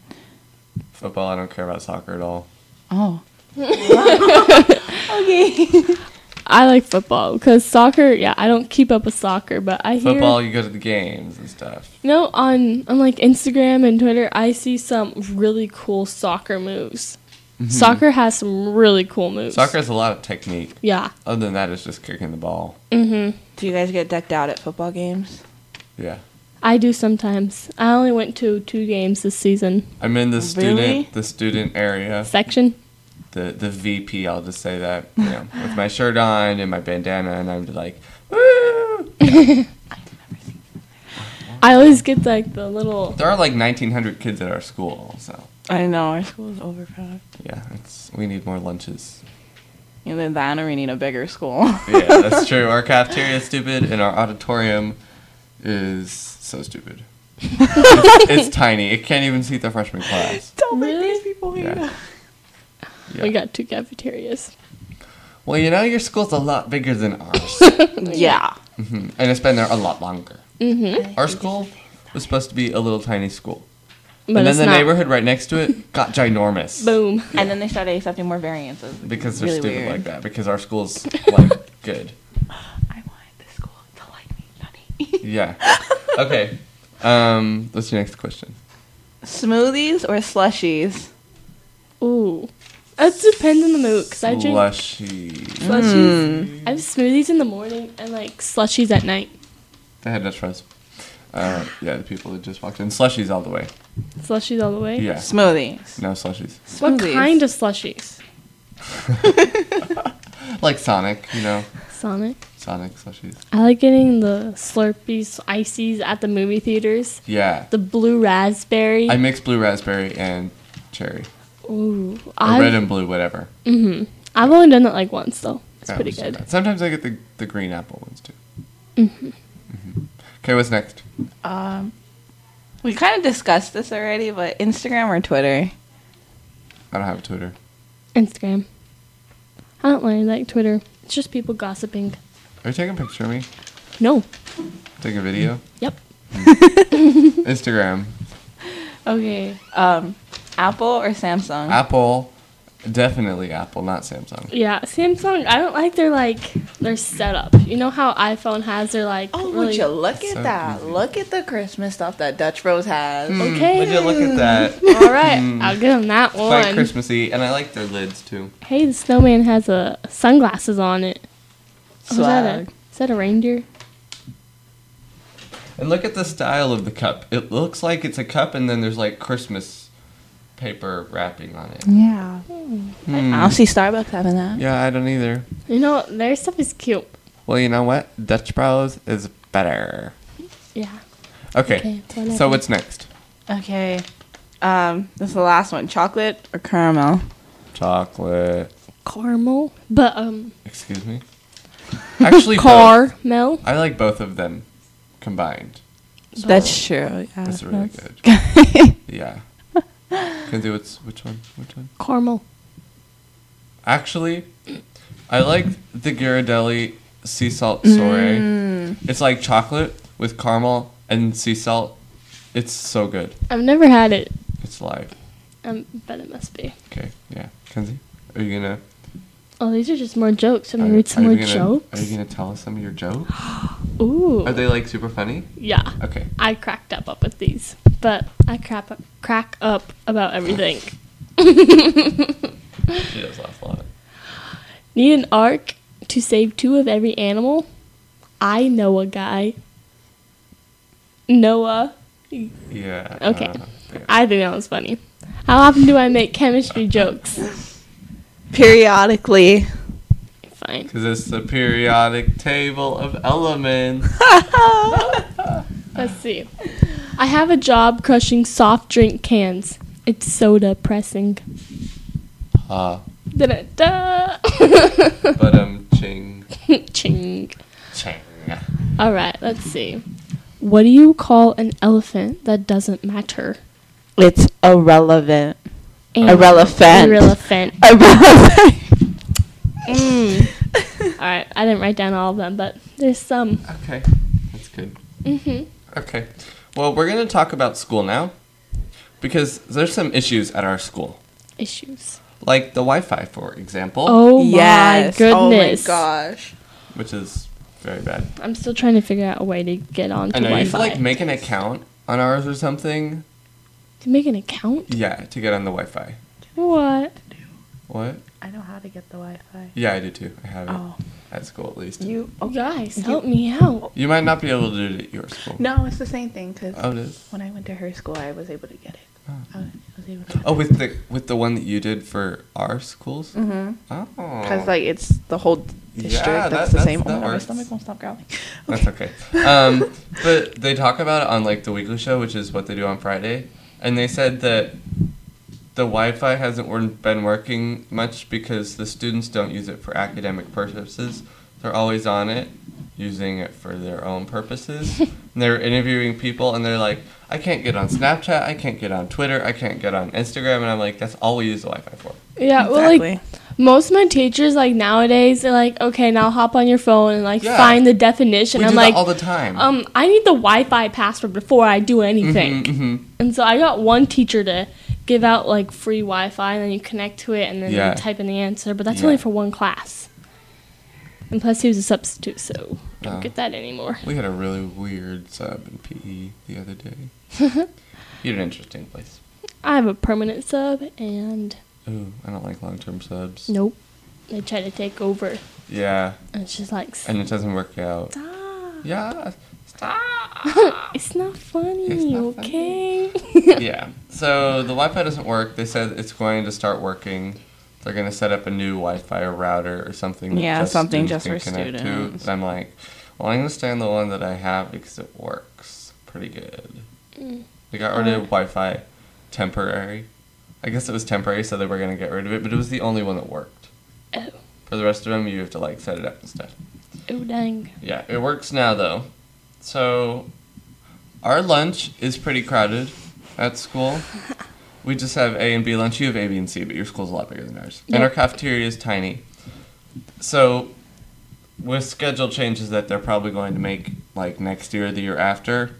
S2: Football, I don't care about soccer at all.
S4: Oh. okay.
S3: I like football because soccer. Yeah, I don't keep up with soccer, but I hear
S2: Football, you go to the games and stuff.
S3: you know on on like Instagram and Twitter, I see some really cool soccer moves. Soccer has some really cool moves.
S2: Mm-hmm. Soccer is a lot of technique.
S3: Yeah.
S2: Other than that, it's just kicking the ball.
S4: Do you guys get decked out at football games?
S2: Yeah.
S3: I do sometimes. I only went to two games this season.
S2: I'm in the student
S4: Really?
S2: the student area.
S3: Section.
S2: the the VP. I'll just say that you know, with my shirt on and my bandana, and I'm just like, woo!
S3: I always get like the little.
S2: There are like 1,900 kids at our school, so
S4: I know our school is overcrowded.
S2: yeah, it's we need more lunches.
S4: Either that or we need a bigger school.
S2: Yeah, that's true. Our cafeteria is stupid, and our auditorium is so stupid. it's, it's tiny. It can't even seat the freshman class.
S4: Don't let
S3: Really?
S4: these people here.
S2: Yeah. Yeah.
S3: We got two cafeterias.
S2: Well, you know, your school's a lot bigger than ours,
S4: Yeah. Mm-hmm.
S2: and it's been there a lot longer. Our school was supposed to be a little tiny school. and
S4: But
S2: then
S4: it's
S2: the
S4: not.
S2: neighborhood right next to it got ginormous.
S4: Boom. And then they started accepting more variances.
S2: Because they're
S4: Really
S2: stupid
S4: weird.
S2: like that. Because our school's like good. I want this school to like me, not Yeah. Okay. Um, what's your next question?
S4: Smoothies or slushies?
S3: Ooh. That depends on the mood, because I drink
S2: Slushy.
S3: slushies. I have smoothies in the morning and like slushies at night.
S2: I had Dutch fries. Uh, yeah, the people that just walked in. Slushies all the way.
S3: Slushies all the way.
S2: Yeah.
S4: Smoothies.
S2: No slushies.
S3: What
S4: Smoothies.
S3: kind of slushies?
S2: Like Sonic, you know.
S3: Sonic.
S2: Sonic slushies.
S3: I like getting the Slurpees, ices at the movie theaters.
S2: Yeah.
S3: The blue raspberry.
S2: I mix blue raspberry and cherry.
S3: Ooh,
S2: Or
S3: I've,
S2: red and blue, whatever.
S3: hmm I've only done that like once though. It's
S2: That
S3: pretty
S2: was
S3: good.
S2: bad. Sometimes I get the, the green apple ones too. Mm-hmm.
S3: Mhm.
S2: Okay, what's next?
S4: Um, we kind of discussed this already, but Instagram or Twitter?
S2: I don't have Twitter.
S3: Instagram. I don't really like Twitter. It's just people gossiping.
S2: Are you taking a picture of me?
S3: No.
S2: Taking a video?
S3: Mm-hmm.
S2: Mm.
S3: Yep.
S2: Instagram.
S4: Okay. Um, Apple or Samsung?
S2: Apple. Definitely Apple, not Samsung.
S3: Yeah, Samsung. I don't like their like their setup. You know how iPhone has their like. Oh,
S4: Would you look at
S2: So
S4: that? Look at the Christmas stuff that Dutch Bros has.
S2: Hmm,
S3: Okay.
S2: Would you look at that?
S3: All right,
S2: Hmm.
S3: I'll give them that
S2: It's like
S3: one.
S2: Christmassy, and I like their lids too.
S3: Hey, the snowman has a uh, sunglasses on it. Oh, is that
S2: Swag.
S3: a is that a reindeer?
S2: And look at the style of the cup. It looks like it's a cup, and then there's like Christmas paper wrapping on it.
S3: Mm-hmm.
S4: Yeah.
S2: Hmm.
S4: I don't see Starbucks having that.
S2: Yeah, I don't either.
S3: You know their stuff is cute.
S2: Well, you know what? Dutch Bros is better.
S3: Yeah.
S2: Okay.
S4: Okay,
S2: so
S4: whatever.
S2: what's next?
S4: Okay. Um, this is the last one. Chocolate or caramel?
S2: Chocolate.
S3: Caramel, but um,
S2: Excuse me. Actually, both.
S3: Caramel?
S2: I like both of them combined.
S4: That's true. Yeah,
S2: That's really
S4: that's-
S2: good. yeah. Can do what's which one? Which one?
S3: caramel.
S2: Actually, I like the Ghirardelli sea salt soy.
S3: Mm.
S2: It's like chocolate with caramel and sea salt. It's so good.
S3: I've never had it.
S2: It's live.
S3: Um, but it must be.
S2: Okay, yeah. Kenzie, are you gonna?
S3: Oh, these are just more jokes. I'm
S2: are-
S3: gonna read some
S2: are
S3: more
S2: you gonna-
S3: jokes.
S2: Are you gonna tell us some of your jokes?
S3: Ooh.
S2: Are they like super funny?
S3: Yeah.
S2: Okay.
S3: I cracked up up with these, but I crap up, crack up about everything.
S2: She does laugh a lot.
S3: Need an ark to save two of every animal. I know a guy. Noah.
S2: Yeah.
S3: Okay.
S2: uh,
S3: I think that was funny. How often do I make chemistry jokes?
S4: Periodically.
S3: Fine.
S2: Because it's the periodic table of elements.
S3: Let's see. I have a job crushing soft drink cans. It's so depressing.
S2: Ah,
S3: Da-da-da.
S2: but um, ching,
S3: Ching.
S2: ching.
S3: All right, let's see. What do you call an elephant that doesn't matter?
S4: It's irrelevant.
S3: And-
S4: irrelevant.
S3: Irrelevant.
S4: Irrelevant.
S3: Mm. all right, I didn't write down all of them, but there's some.
S2: Okay, that's good.
S3: hmm
S2: Okay. Well, we're gonna talk about school now, because there's some issues at our school,
S3: Issues.
S2: like the Wi-Fi, for example.
S3: Oh my goodness.
S4: Oh gosh.
S2: Which is very bad.
S3: I'm still trying to figure out a way to get onto
S2: I know you have to
S3: Wi-Fi.
S2: like make an account on ours or something.
S3: to make an account?
S2: Yeah, to get on the Wi-Fi.
S3: What?
S2: What?
S12: I know how to get the Wi-Fi.
S2: Yeah, I do too. I have it
S12: Oh.
S2: at school at least.
S12: You
S3: Oh, guys, help me out.
S2: You might not be able to do it at your school.
S12: No, it's the same thing because
S2: Oh, it is?
S12: when I went to her school, I was able to get it. I was able
S2: Oh, with the with the one that you did for our schools.
S3: Mm-hmm.
S12: Mhm.
S2: Oh.
S12: Because,
S4: like it's the whole district.
S2: Yeah,
S4: that's
S2: that-
S4: the same.
S2: that's- that
S4: oh my God, my
S2: works.
S4: stomach won't stop growling.
S2: That's okay. Um, but they talk about it on like the weekly show, which is what they do on Friday, and they said that the Wi-Fi hasn't wor- been working much because the students don't use it for academic purposes. They're always on it, using it for their own purposes. and they're interviewing people, and they're like, "I can't get on Snapchat. I can't get on Twitter. I can't get on Instagram." And I'm like, "That's all we use the Wi-Fi for."
S3: Yeah, well, like, most of my teachers like nowadays they're like, okay, now hop on your phone and like
S2: Yeah.
S3: find the definition.
S2: We
S3: I'm
S2: do that
S3: like
S2: all the time.
S3: Um, I need the Wi-Fi password before I do anything.
S2: Mhm, mhm.
S3: And so I got one teacher to give out like free Wi-Fi, and then you connect to it, and then
S2: Yeah.
S3: you type in the answer. But that's
S2: Yeah.
S3: only for one class. And plus, he was a substitute, so don't
S2: Oh.
S3: get that anymore.
S2: We had a really weird sub in PE the other day. you had an interesting place.
S3: I have a permanent sub, and
S2: Ooh, I don't like long term subs.
S3: nope, they try to take over.
S2: Yeah.
S3: And it's just like,
S2: And it doesn't work out. Yeah.
S3: it's not funny, okay?
S2: yeah. So the Wi-Fi doesn't work. They said it's going to start working. They're going to set up a new Wi-Fi or router or something.
S4: Yeah, something just
S2: can
S4: for
S2: connect to.
S4: students.
S2: And I'm like, well, I'm going to stay on the one that I have because it works pretty good.
S3: Mm.
S2: They got rid of Wi-Fi temporary. I guess it was temporary, so they were going to get rid of it, but it was the only one that worked.
S3: Oh.
S2: For the rest of them, you have to like set it up and stuff.
S3: Oh dang.
S2: Yeah, it works now though. So our lunch is pretty crowded at school. We just have A and B lunch. You have A, B, and C, but your school's a lot bigger than ours. And our
S13: Yep.
S2: cafeteria is tiny. So with schedule changes that they're probably going to make like next year or the year after,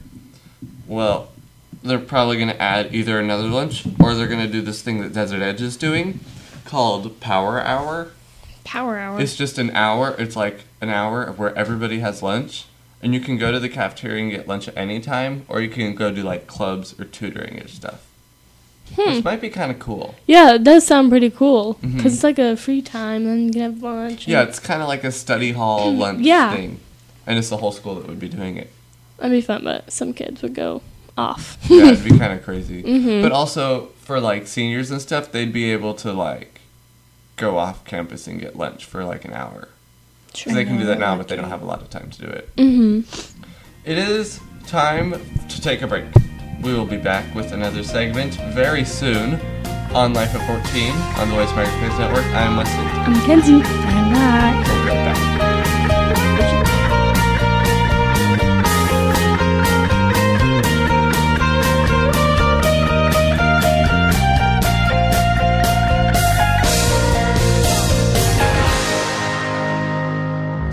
S2: well, they're probably going to add either another lunch or they're going to do this thing that Desert Edge is doing called Power Hour.
S3: Power hour.
S2: It's just an hour. It's like an hour of where everybody has lunch, and you can go to the cafeteria and get lunch at any time, or you can go do like clubs or tutoring and stuff.
S3: Hmm.
S2: Which might be kind of cool.
S3: Yeah, it does sound pretty cool because
S2: Mhm.
S3: it's like a free time and you can have lunch. and-
S2: Yeah, it's kind of like a study hall lunch
S3: Hmm. Yeah.
S2: thing, and it's the whole school that would be doing it.
S3: that'd be fun, but some kids would go off.
S2: Yeah, it'd be kind of crazy.
S3: Mhm.
S2: But also for like seniors and stuff, they'd be able to like go off campus and get lunch for like an hour. 'Cause
S3: Sure.
S2: they can do that now, but they don't have a lot of time to do it.
S3: hmm
S2: It is time to take a break. We will be back with another segment very soon on Life at 14 on the Voice America Kids Network. I'm Leslie.
S3: I'm Kenzie. I'm not.
S2: We'll be right back.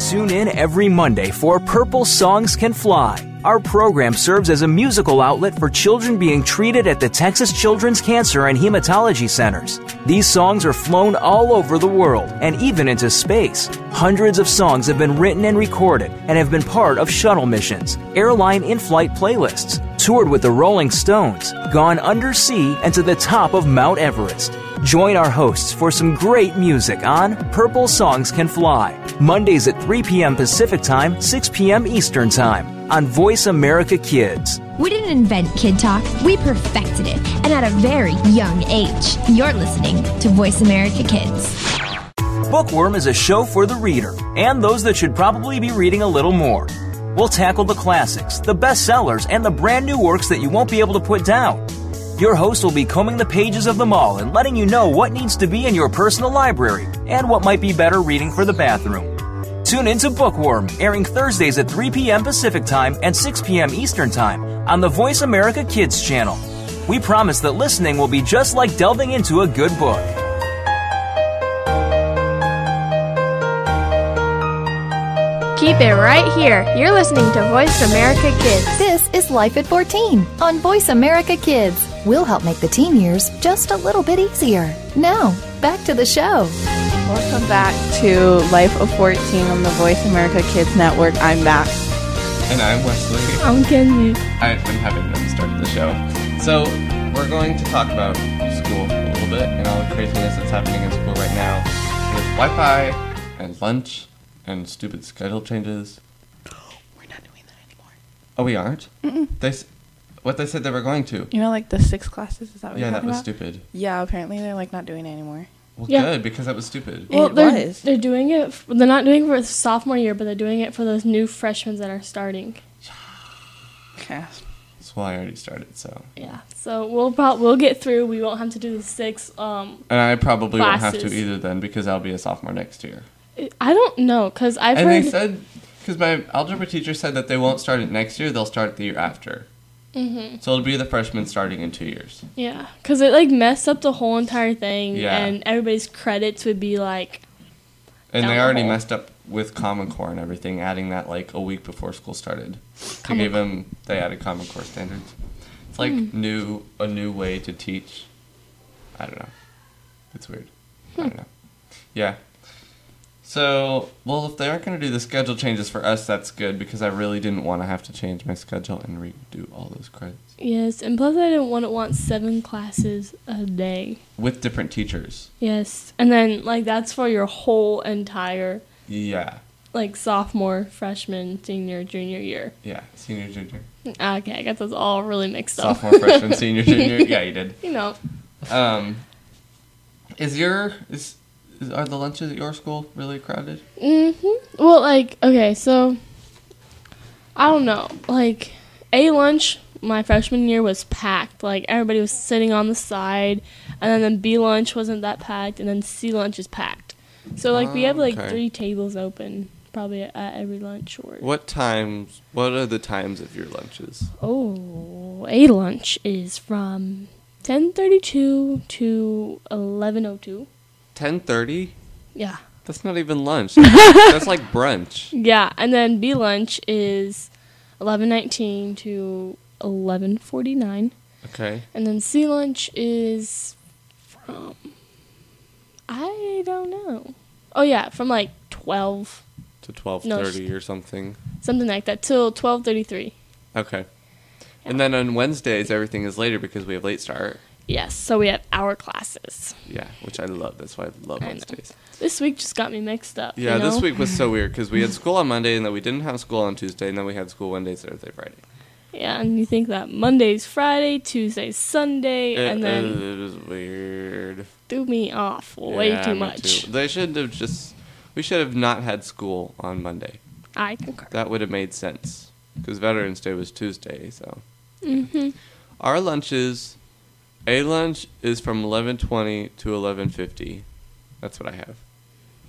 S6: Tune in every Monday for Purple Songs Can Fly. Our program serves as a musical outlet for children being treated at the Texas Children's Cancer and Hematology Centers. These songs are flown all over the world and even into space. Hundreds of songs have been written and recorded and have been part of shuttle missions, airline in flight playlists, toured with the Rolling Stones, gone undersea, and to the top of Mount Everest. Join our hosts for some great music on Purple Songs Can Fly, Mondays at 3 p.m. Pacific Time, 6 p.m. Eastern Time on Voice America Kids.
S7: We didn't invent Kid Talk, we perfected it, and at a very young age. You're listening to Voice America Kids.
S6: Bookworm is a show for the reader and those that should probably be reading a little more. We'll tackle the classics, the bestsellers, and the brand new works that you won't be able to put down. Your host will be combing the pages of them all and letting you know what needs to be in your personal library and what might be better reading for the bathroom. Tune in to Bookworm, airing Thursdays at 3 p.m. Pacific Time and 6 p.m. Eastern Time on the Voice America Kids channel. We promise that listening will be just like delving into a good book.
S8: Keep it right here. You're listening to Voice America Kids.
S1: This is Life at 14 on Voice America Kids. We'll help make the teen years just a little bit easier. Now, back to the show.
S4: Welcome back to Life of 14 on the Voice America Kids Network. I'm back.
S2: And I'm Wesley.
S3: I'm Kenzie.
S2: I, I'm having them start the show. So we're going to talk about school a little bit and all the craziness that's happening in school right now with Wi-Fi and lunch and stupid schedule changes. We're not doing that anymore. Oh, we aren't.
S4: Mm-mm.
S2: They, s- what they said they were going to.
S4: You know, like the six classes? Is that what
S2: Yeah,
S4: you're
S2: that
S4: talking
S2: was
S4: about?
S2: stupid.
S4: Yeah, apparently they're like not doing it anymore.
S2: Well,
S3: Yeah.
S2: good because that was stupid.
S3: Well,
S4: It
S3: they're
S4: was.
S3: they're doing it. f- They're not doing it for sophomore year, but they're doing it for those new freshmen that are starting.
S4: Okay.
S2: That's why I already started. So,
S3: Yeah. So we'll prob- we'll get through. We won't have to do the six. Um,
S2: and I probably won't have
S3: Classes.
S2: to either then because I'll be a sophomore next year.
S3: I don't know because I've
S2: and
S3: heard.
S2: they said because my algebra teacher said that they won't start it next year; they'll start it the year after.
S3: Mm-hmm.
S2: So it'll be the freshmen starting in two years.
S3: Yeah, because it like messed up the whole entire thing,
S2: Yeah.
S3: and everybody's credits would be like
S2: And
S3: Down
S2: they
S3: the
S2: already
S3: hole.
S2: messed up with Common Core and everything, adding that like a week before school started.
S3: Common
S2: they gave them they added Common Core standards. It's like
S3: Hmm.
S2: new a new way to teach. I don't know. It's weird. I
S3: Hmm.
S2: don't know. Yeah. So well, if they aren't going to do the schedule changes for us, that's good because I really didn't want to have to change my schedule and redo all those credits
S3: yes, and plus I didn't want to want seven classes a day.
S2: with different teachers.
S3: Yes, and then like that's for your whole entire
S2: Yeah.
S3: like sophomore, freshman, senior, junior year. Ah,
S2: Yeah. Senior, junior,
S3: Okay, I got those all really mixed up.
S2: sophomore, freshman, senior, junior. Yeah, you did.
S3: You know,
S2: Um, is your is, is are the lunches at your school really crowded?
S3: Mm-hmm. Well, like, okay, so I don't know. Like, a lunch my freshman year was packed. Like, everybody was sitting on the side, and then, then B lunch wasn't that packed, and then C lunch is packed. So, like, we have like
S2: Ah, Okay.
S3: three tables open probably at every lunch or.
S2: What times? What are the times of your lunches?
S3: Oh, a lunch is from ten thirty-two to eleven oh two.
S2: Ten thirty.
S3: Yeah.
S2: That's not even lunch. That's, that's like brunch.
S3: Yeah, and then B lunch is eleven nineteen to eleven forty nine,
S2: Okay.
S3: and then C lunch is from I don't know. Oh yeah, from like twelve
S2: To twelve
S3: No,
S2: thirty or something.
S3: something like that till twelve thirty three.
S2: Okay. And then on Wednesdays everything is later because we have late start.
S3: Yes, so we have hour classes.
S2: Yeah, which I love. That's why I love
S3: I know.
S2: Wednesdays.
S3: This week just got me mixed up. you
S2: Yeah,
S3: know?
S2: this week was so weird because we had school on Monday and then we didn't have school on Tuesday and then we had school Wednesday, Thursday, Friday.
S3: Yeah, and you think that Monday's Friday, Tuesday's Sunday,
S2: It-
S3: and then
S2: it was weird.
S3: threw me off way
S2: uh. Yeah,
S3: too
S2: me
S3: much.
S2: too. They should have just. We should have not had school on Monday.
S3: I concur.
S2: That would have made sense because Veterans Day was Tuesday. So
S3: Mm-hmm.
S2: our lunches, a lunch is from eleven twenty to eleven fifty. That's what I have.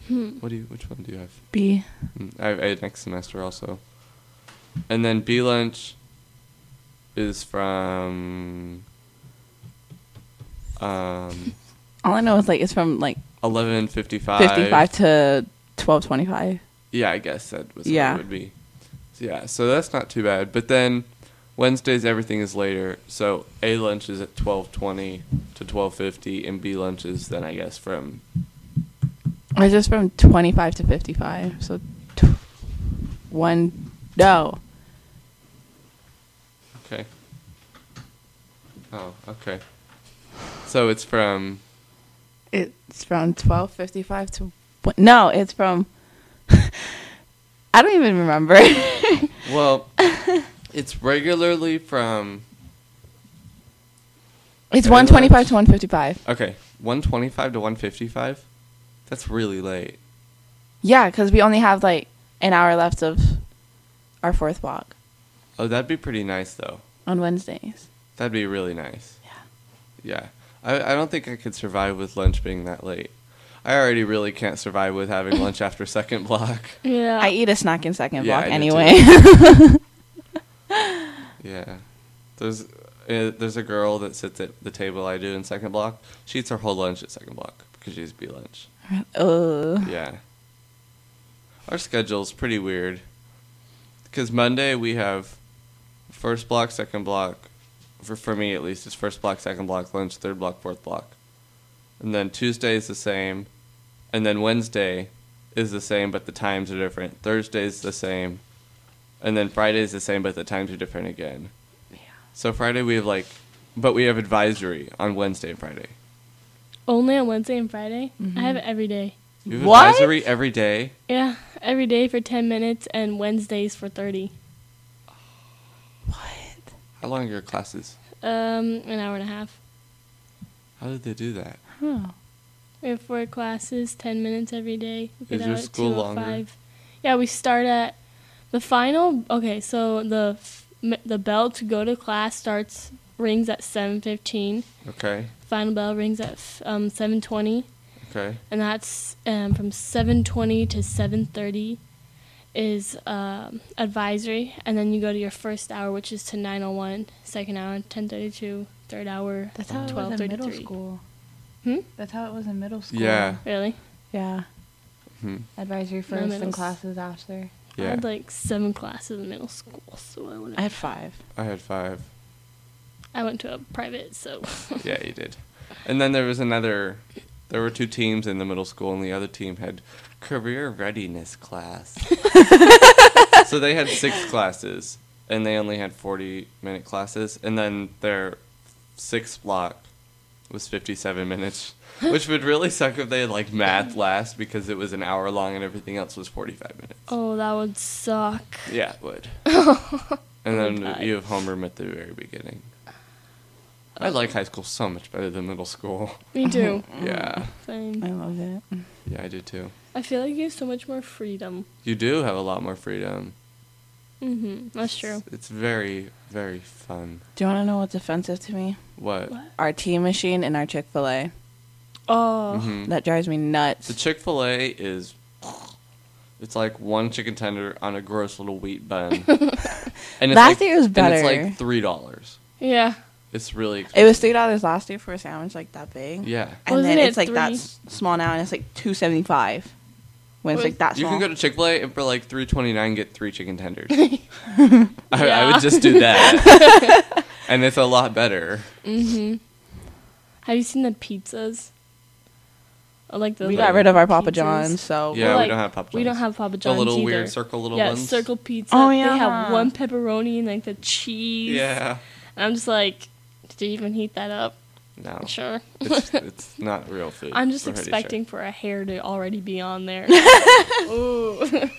S4: Hmm.
S2: What do you? Which one do you have?
S4: B.
S2: Mm, I have A next semester also. And then B lunch is from um
S4: All I know is like it's from like
S2: eleven fifty five.
S4: 55 to 1225.
S2: Yeah, I guess that was
S4: Yeah.
S2: what it would be. So, yeah, so that's not too bad. But then Wednesdays everything is later. So A lunch is at twelve twenty to twelve fifty, and B lunch is then I guess from
S4: It's just from 25 to 55. So t- one, no.
S2: okay. Oh, okay. So it's from
S4: It's from 1255 to, one, no, it's from, I don't even remember.
S2: well, it's regularly from
S4: it's 125 to 155.
S2: okay one twenty five to one fifty five. That's really late.
S4: Yeah, because we only have like an hour left of our fourth block
S2: Oh, that'd be pretty nice though.
S4: on Wednesdays.
S2: That'd be really nice. Yeah. Yeah. I, I don't think I could survive with lunch being that late. I already really can't survive with having lunch after second block.
S3: Yeah.
S4: I eat a snack in second
S2: Yeah,
S4: block
S2: I do too.
S4: anyway.
S2: Yeah. There's uh, there's a girl that sits at the table I do in second block. She eats her whole lunch at second block because she's B lunch.
S4: Ugh.
S2: Yeah. Our schedule's pretty weird. Because Monday we have first block, second block. For, for me at least, it's first block, second block, lunch, third block, fourth block. And then Tuesday is the same. And then Wednesday is the same, but the times are different. Thursday's the same. And then Friday's the same, but the times are different again. So Friday we have like, but we have advisory on Wednesday and Friday.
S3: Only on Wednesday and Friday. I have it every day.
S2: We have
S4: What?
S2: advisory every day.
S3: Yeah, every day for 10 minutes and Wednesdays for 30.
S2: How long are your classes?
S3: Um, an hour and a half.
S2: How did they do that?
S3: We have four classes, 10 minutes every day. We get
S2: Is your
S3: out at
S2: school
S3: 2:05.
S2: longer?
S3: Yeah, we start at the final. Okay, so the f- m- the bell to go to class starts rings at 7:15.
S2: Okay.
S3: Final bell rings at f- um 7:20.
S2: Okay.
S3: and that's um, from 7.20 to 7.30 is um advisory, and then you go to your first hour, which is to 901, second hour, 1032, third hour,
S4: That's how it was in middle
S3: 1233.
S4: school.
S3: Hmm?
S4: That's how it was in middle school.
S2: Yeah.
S3: Really?
S4: Yeah.
S2: Hmm.
S4: Advisory
S3: My
S4: first
S3: middle
S4: and
S3: s-
S4: classes after.
S3: I
S2: Yeah.
S3: had like seven classes in middle school, so I went.
S4: I had five.
S2: I had five.
S3: I went to a private, so.
S2: Yeah, you did. And then there was another. There were two teams in the middle school, and the other team had career readiness class. so they had six classes, and they only had forty-minute classes. And then their sixth block was fifty-seven minutes, which would really suck if they had like math last because it was an hour long and everything else was forty-five minutes.
S3: Oh, that would suck.
S2: Yeah, it would.
S3: I
S4: Oh,
S2: and
S3: would
S2: then
S3: die.
S2: you have homeroom at the very beginning.
S4: Oh.
S2: I like high school so much better than middle school.
S3: Me too.
S2: yeah.
S3: Same.
S4: I love it.
S2: Yeah, I do too.
S3: I feel like you have so much more freedom.
S2: You do have a lot more freedom.
S3: hmm That's true.
S2: It's very, very fun.
S4: Do you want to know what's offensive to me?
S2: What?
S4: Our tea machine and our Chick Fil A.
S3: Oh.
S2: Mhm.
S4: That drives me nuts.
S2: The Chick fil A is. It's like one chicken tender on a gross little wheat bun. and it's
S4: Last year was
S2: And
S4: better.
S2: it's like $3.
S3: Yeah.
S2: It's really
S4: It was three dollars last year for a sandwich like that big.
S2: Yeah.
S4: and
S3: Wasn't
S4: then
S3: it
S4: it's like that
S3: three?
S4: s- small now, and it's like two seventy five. When it's like that
S2: You
S4: small.
S2: can go to Chick Fil A and for like three twenty nine get three chicken tenders. I, I would just do that, and it's a lot better.
S3: hmm Have you seen the pizzas? Or like the
S4: we
S3: little
S4: got rid of our Papa
S3: pizzas?
S4: John's, so
S2: Yeah,
S3: Or,
S2: we
S3: like,
S2: don't have Papa
S3: We don't
S2: John's.
S3: have Papa
S2: The
S3: John's.
S2: little
S3: either.
S2: weird circle little
S3: yeah,
S2: ones?
S3: circle pizza.
S4: Oh,
S3: They
S4: yeah.
S3: have one pepperoni and like the cheese.
S2: Yeah,
S3: And I'm just like, did you even heat that up?
S2: no,
S3: Sure.
S2: it's, it's not real food.
S3: I'm just
S2: we're pretty sure.
S3: expecting for a hair to already be on there. Ooh.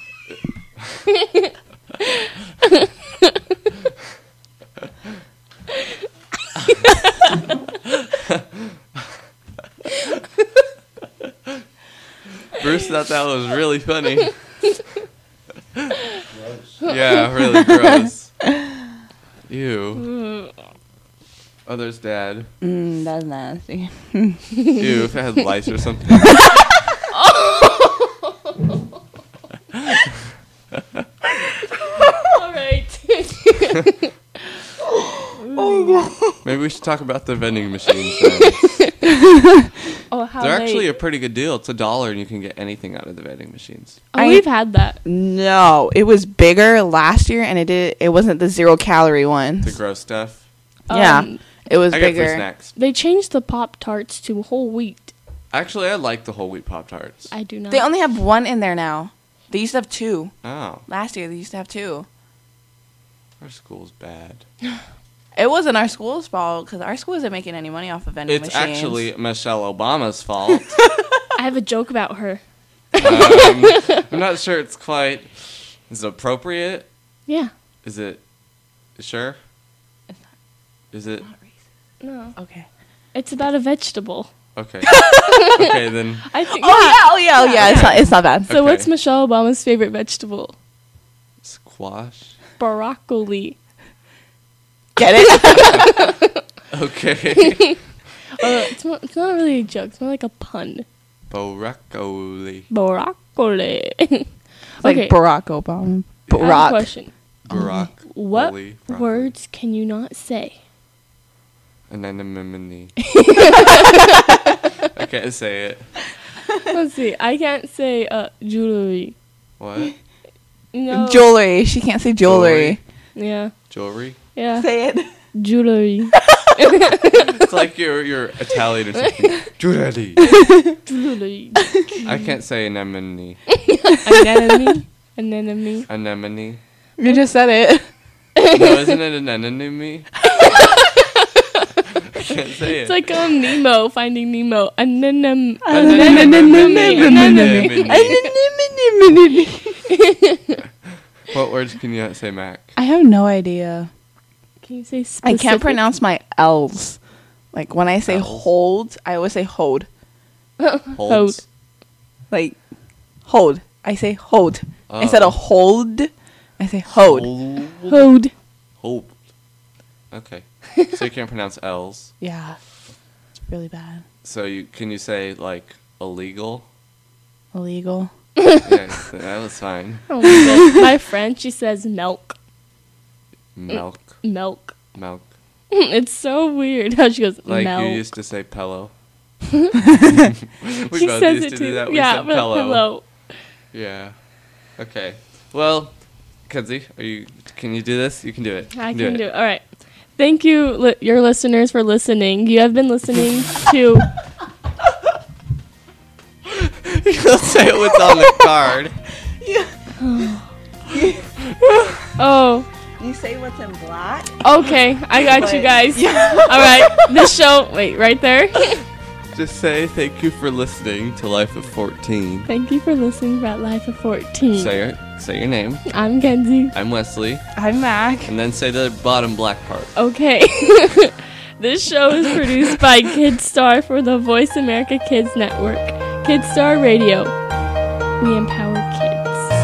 S2: Bruce thought that was really funny. Yeah, really gross. Ew.
S3: Ooh.
S2: Oh, there's Dad.
S4: Mm, that's nasty.
S2: Ew, if it had lice or something.
S3: All right.
S2: Maybe we should talk about the vending machines. Then.
S3: oh, how
S2: They're
S3: late.
S2: actually a pretty good deal. It's a dollar, and you can get anything out of the vending machines.
S3: Oh,
S4: I-
S3: we've had that.
S4: No, it was bigger last year, and it did. It wasn't the zero calorie one.
S2: The gross stuff.
S4: yeah,
S3: Um,
S4: it was
S2: I got free
S4: bigger.
S2: snacks.
S3: They changed the Pop Tarts to whole wheat.
S2: Actually, I like the whole wheat pop tarts.
S3: I do not.
S4: They only have one in there now. They used to have two
S2: Oh,
S4: last year. They used to have two.
S2: our school's bad.
S4: It wasn't our school's fault because our school isn't making any money off of vending
S2: It's
S4: machines.
S2: actually Michelle Obama's fault.
S3: I have a joke about her.
S2: um, I'm not sure it's quite. Is it appropriate?
S3: Yeah.
S2: Is it sure? Is it
S3: No.
S4: okay.
S3: It's about a vegetable.
S2: okay? okay then.
S3: I think.
S4: Oh yeah, oh yeah, oh yeah. It's not, it's not bad.
S3: So
S2: Okay.
S3: what's Michelle Obama's favorite vegetable?
S2: Squash.
S3: Broccoli.
S4: Get it?
S2: Okay.
S3: Uh, it's, not, it's not really a joke. It's more like a pun.
S2: Broccoli.
S3: Broccoli. okay.
S4: Like Barack Obama.
S3: I have a
S4: Barack.
S3: question.
S4: Oh.
S2: Broccoli.
S3: What
S2: broccoli.
S3: words can you not say?
S2: Anemone. I can't say it.
S3: Let's see. I can't say uh, jewelry.
S2: What?
S3: No.
S4: Jewelry. She can't say jewelry.
S3: Yeah.
S2: Jewelry?
S3: Yeah.
S4: Say it.
S3: Jewelry.
S2: It's like you're you're Italian or something. Jewelry.
S3: Jewelry.
S2: I can't say anemone.
S3: Anemone. Anemone.
S2: Anemone.
S4: You just said it.
S2: No, isn't it an anemone? I can't say it.
S3: It's like um Nemo, Finding Nemo. Anem.
S2: anemone. What words can you not say, Mac?
S4: I have no idea.
S3: Can you say?
S4: I
S3: Specific?
S4: can't pronounce my L's. Like when I say
S2: L's.
S4: hold, I always say hold.
S2: Holds.
S4: Like hold. I say hold.
S2: Oh.
S4: Instead of hold, I say hold.
S2: Hold.
S3: Hold.
S2: Hold. Okay. So you can't pronounce L's.
S4: Yeah. It's really bad.
S2: So you can you say like illegal?
S4: Illegal.
S2: yes, that was fine.
S3: Oh my, God. my friend, she says milk.
S2: Milk.
S3: Milk.
S2: Milk.
S3: It's so weird how she goes
S2: Like
S3: milk.
S2: you used to say pillow.
S3: she
S2: We both
S3: says
S2: used to
S3: it too.
S2: do that. We
S3: yeah,
S2: said
S3: but
S2: pillow.
S3: pillow.
S2: Yeah. Okay. Well, Kenzie, are you? Can you do this? You can do it.
S3: I can do it. All right. Thank you, li- your listeners, for listening. You have been listening to.
S2: You'll say what's on the card.
S3: Oh,
S4: You say what's in black?
S3: okay. I got you
S4: But-
S3: guys.
S4: Yeah.
S3: All right. This show. Wait, right there.
S2: Just say thank you for listening to Life of 14.
S3: Thank you for listening about Life of 14.
S2: Say your say your name.
S3: I'm Kenzie.
S2: I'm Wesley.
S4: I'm Mac.
S2: And then say the bottom black part.
S3: Okay. this show is produced by Kidstar for the Voice America Kids Network. Kidstar Radio. We empower kids.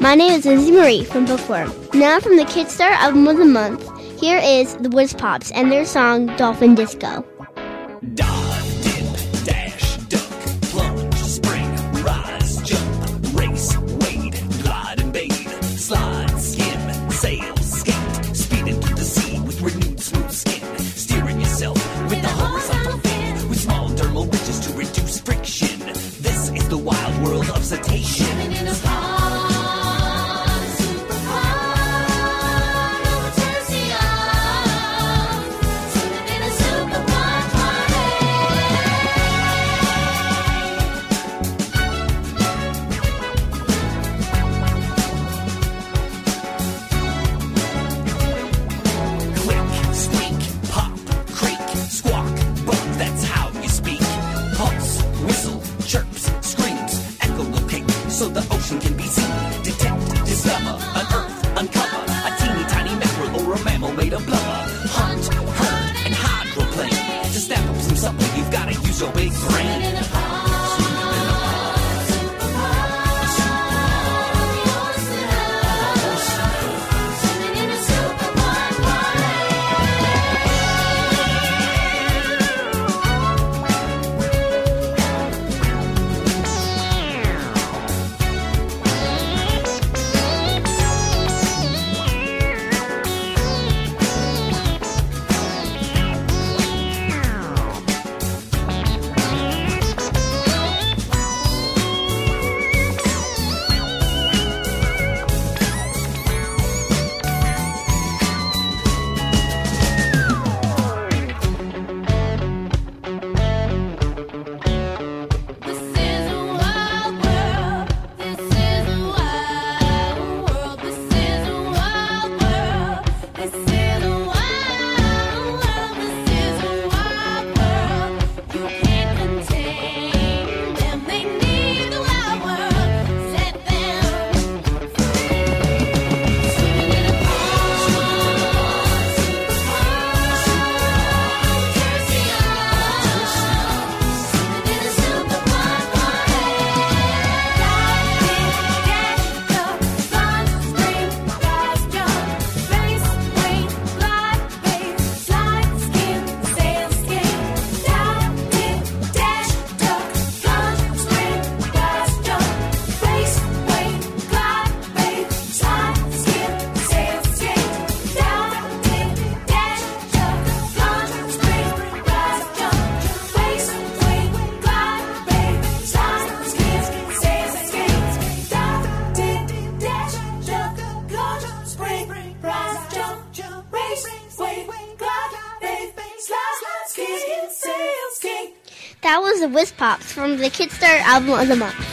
S13: My name is Lindsay Marie from Bookworm. Now from the Kidstar album of the month, here is the Woods Pops and their song Dolphin Disco.
S14: Dive, dip, dash, duck, plunge, spring, rise, jump, race, wade, glide and bathe, slide, skim, sail, skate, speeding through the sea with renewed smooth skin, steering yourself with a horizontal fin, with small dermal ridges to reduce friction. This is the wild world of cetacean. Click, squeak, pop, creak, squawk, buck, that's how you speak. Pulse, whistle, chirps, screams, echolocate so the ocean can be seen. Detect, discover, unearth, uncover a teeny tiny mackerel or a mammal made of blubber. Hunt, herd, and hydroplane. To snap up some supper, you've gotta use your big brain.
S13: That was the Whiz Pops from the Kidstar album of the month.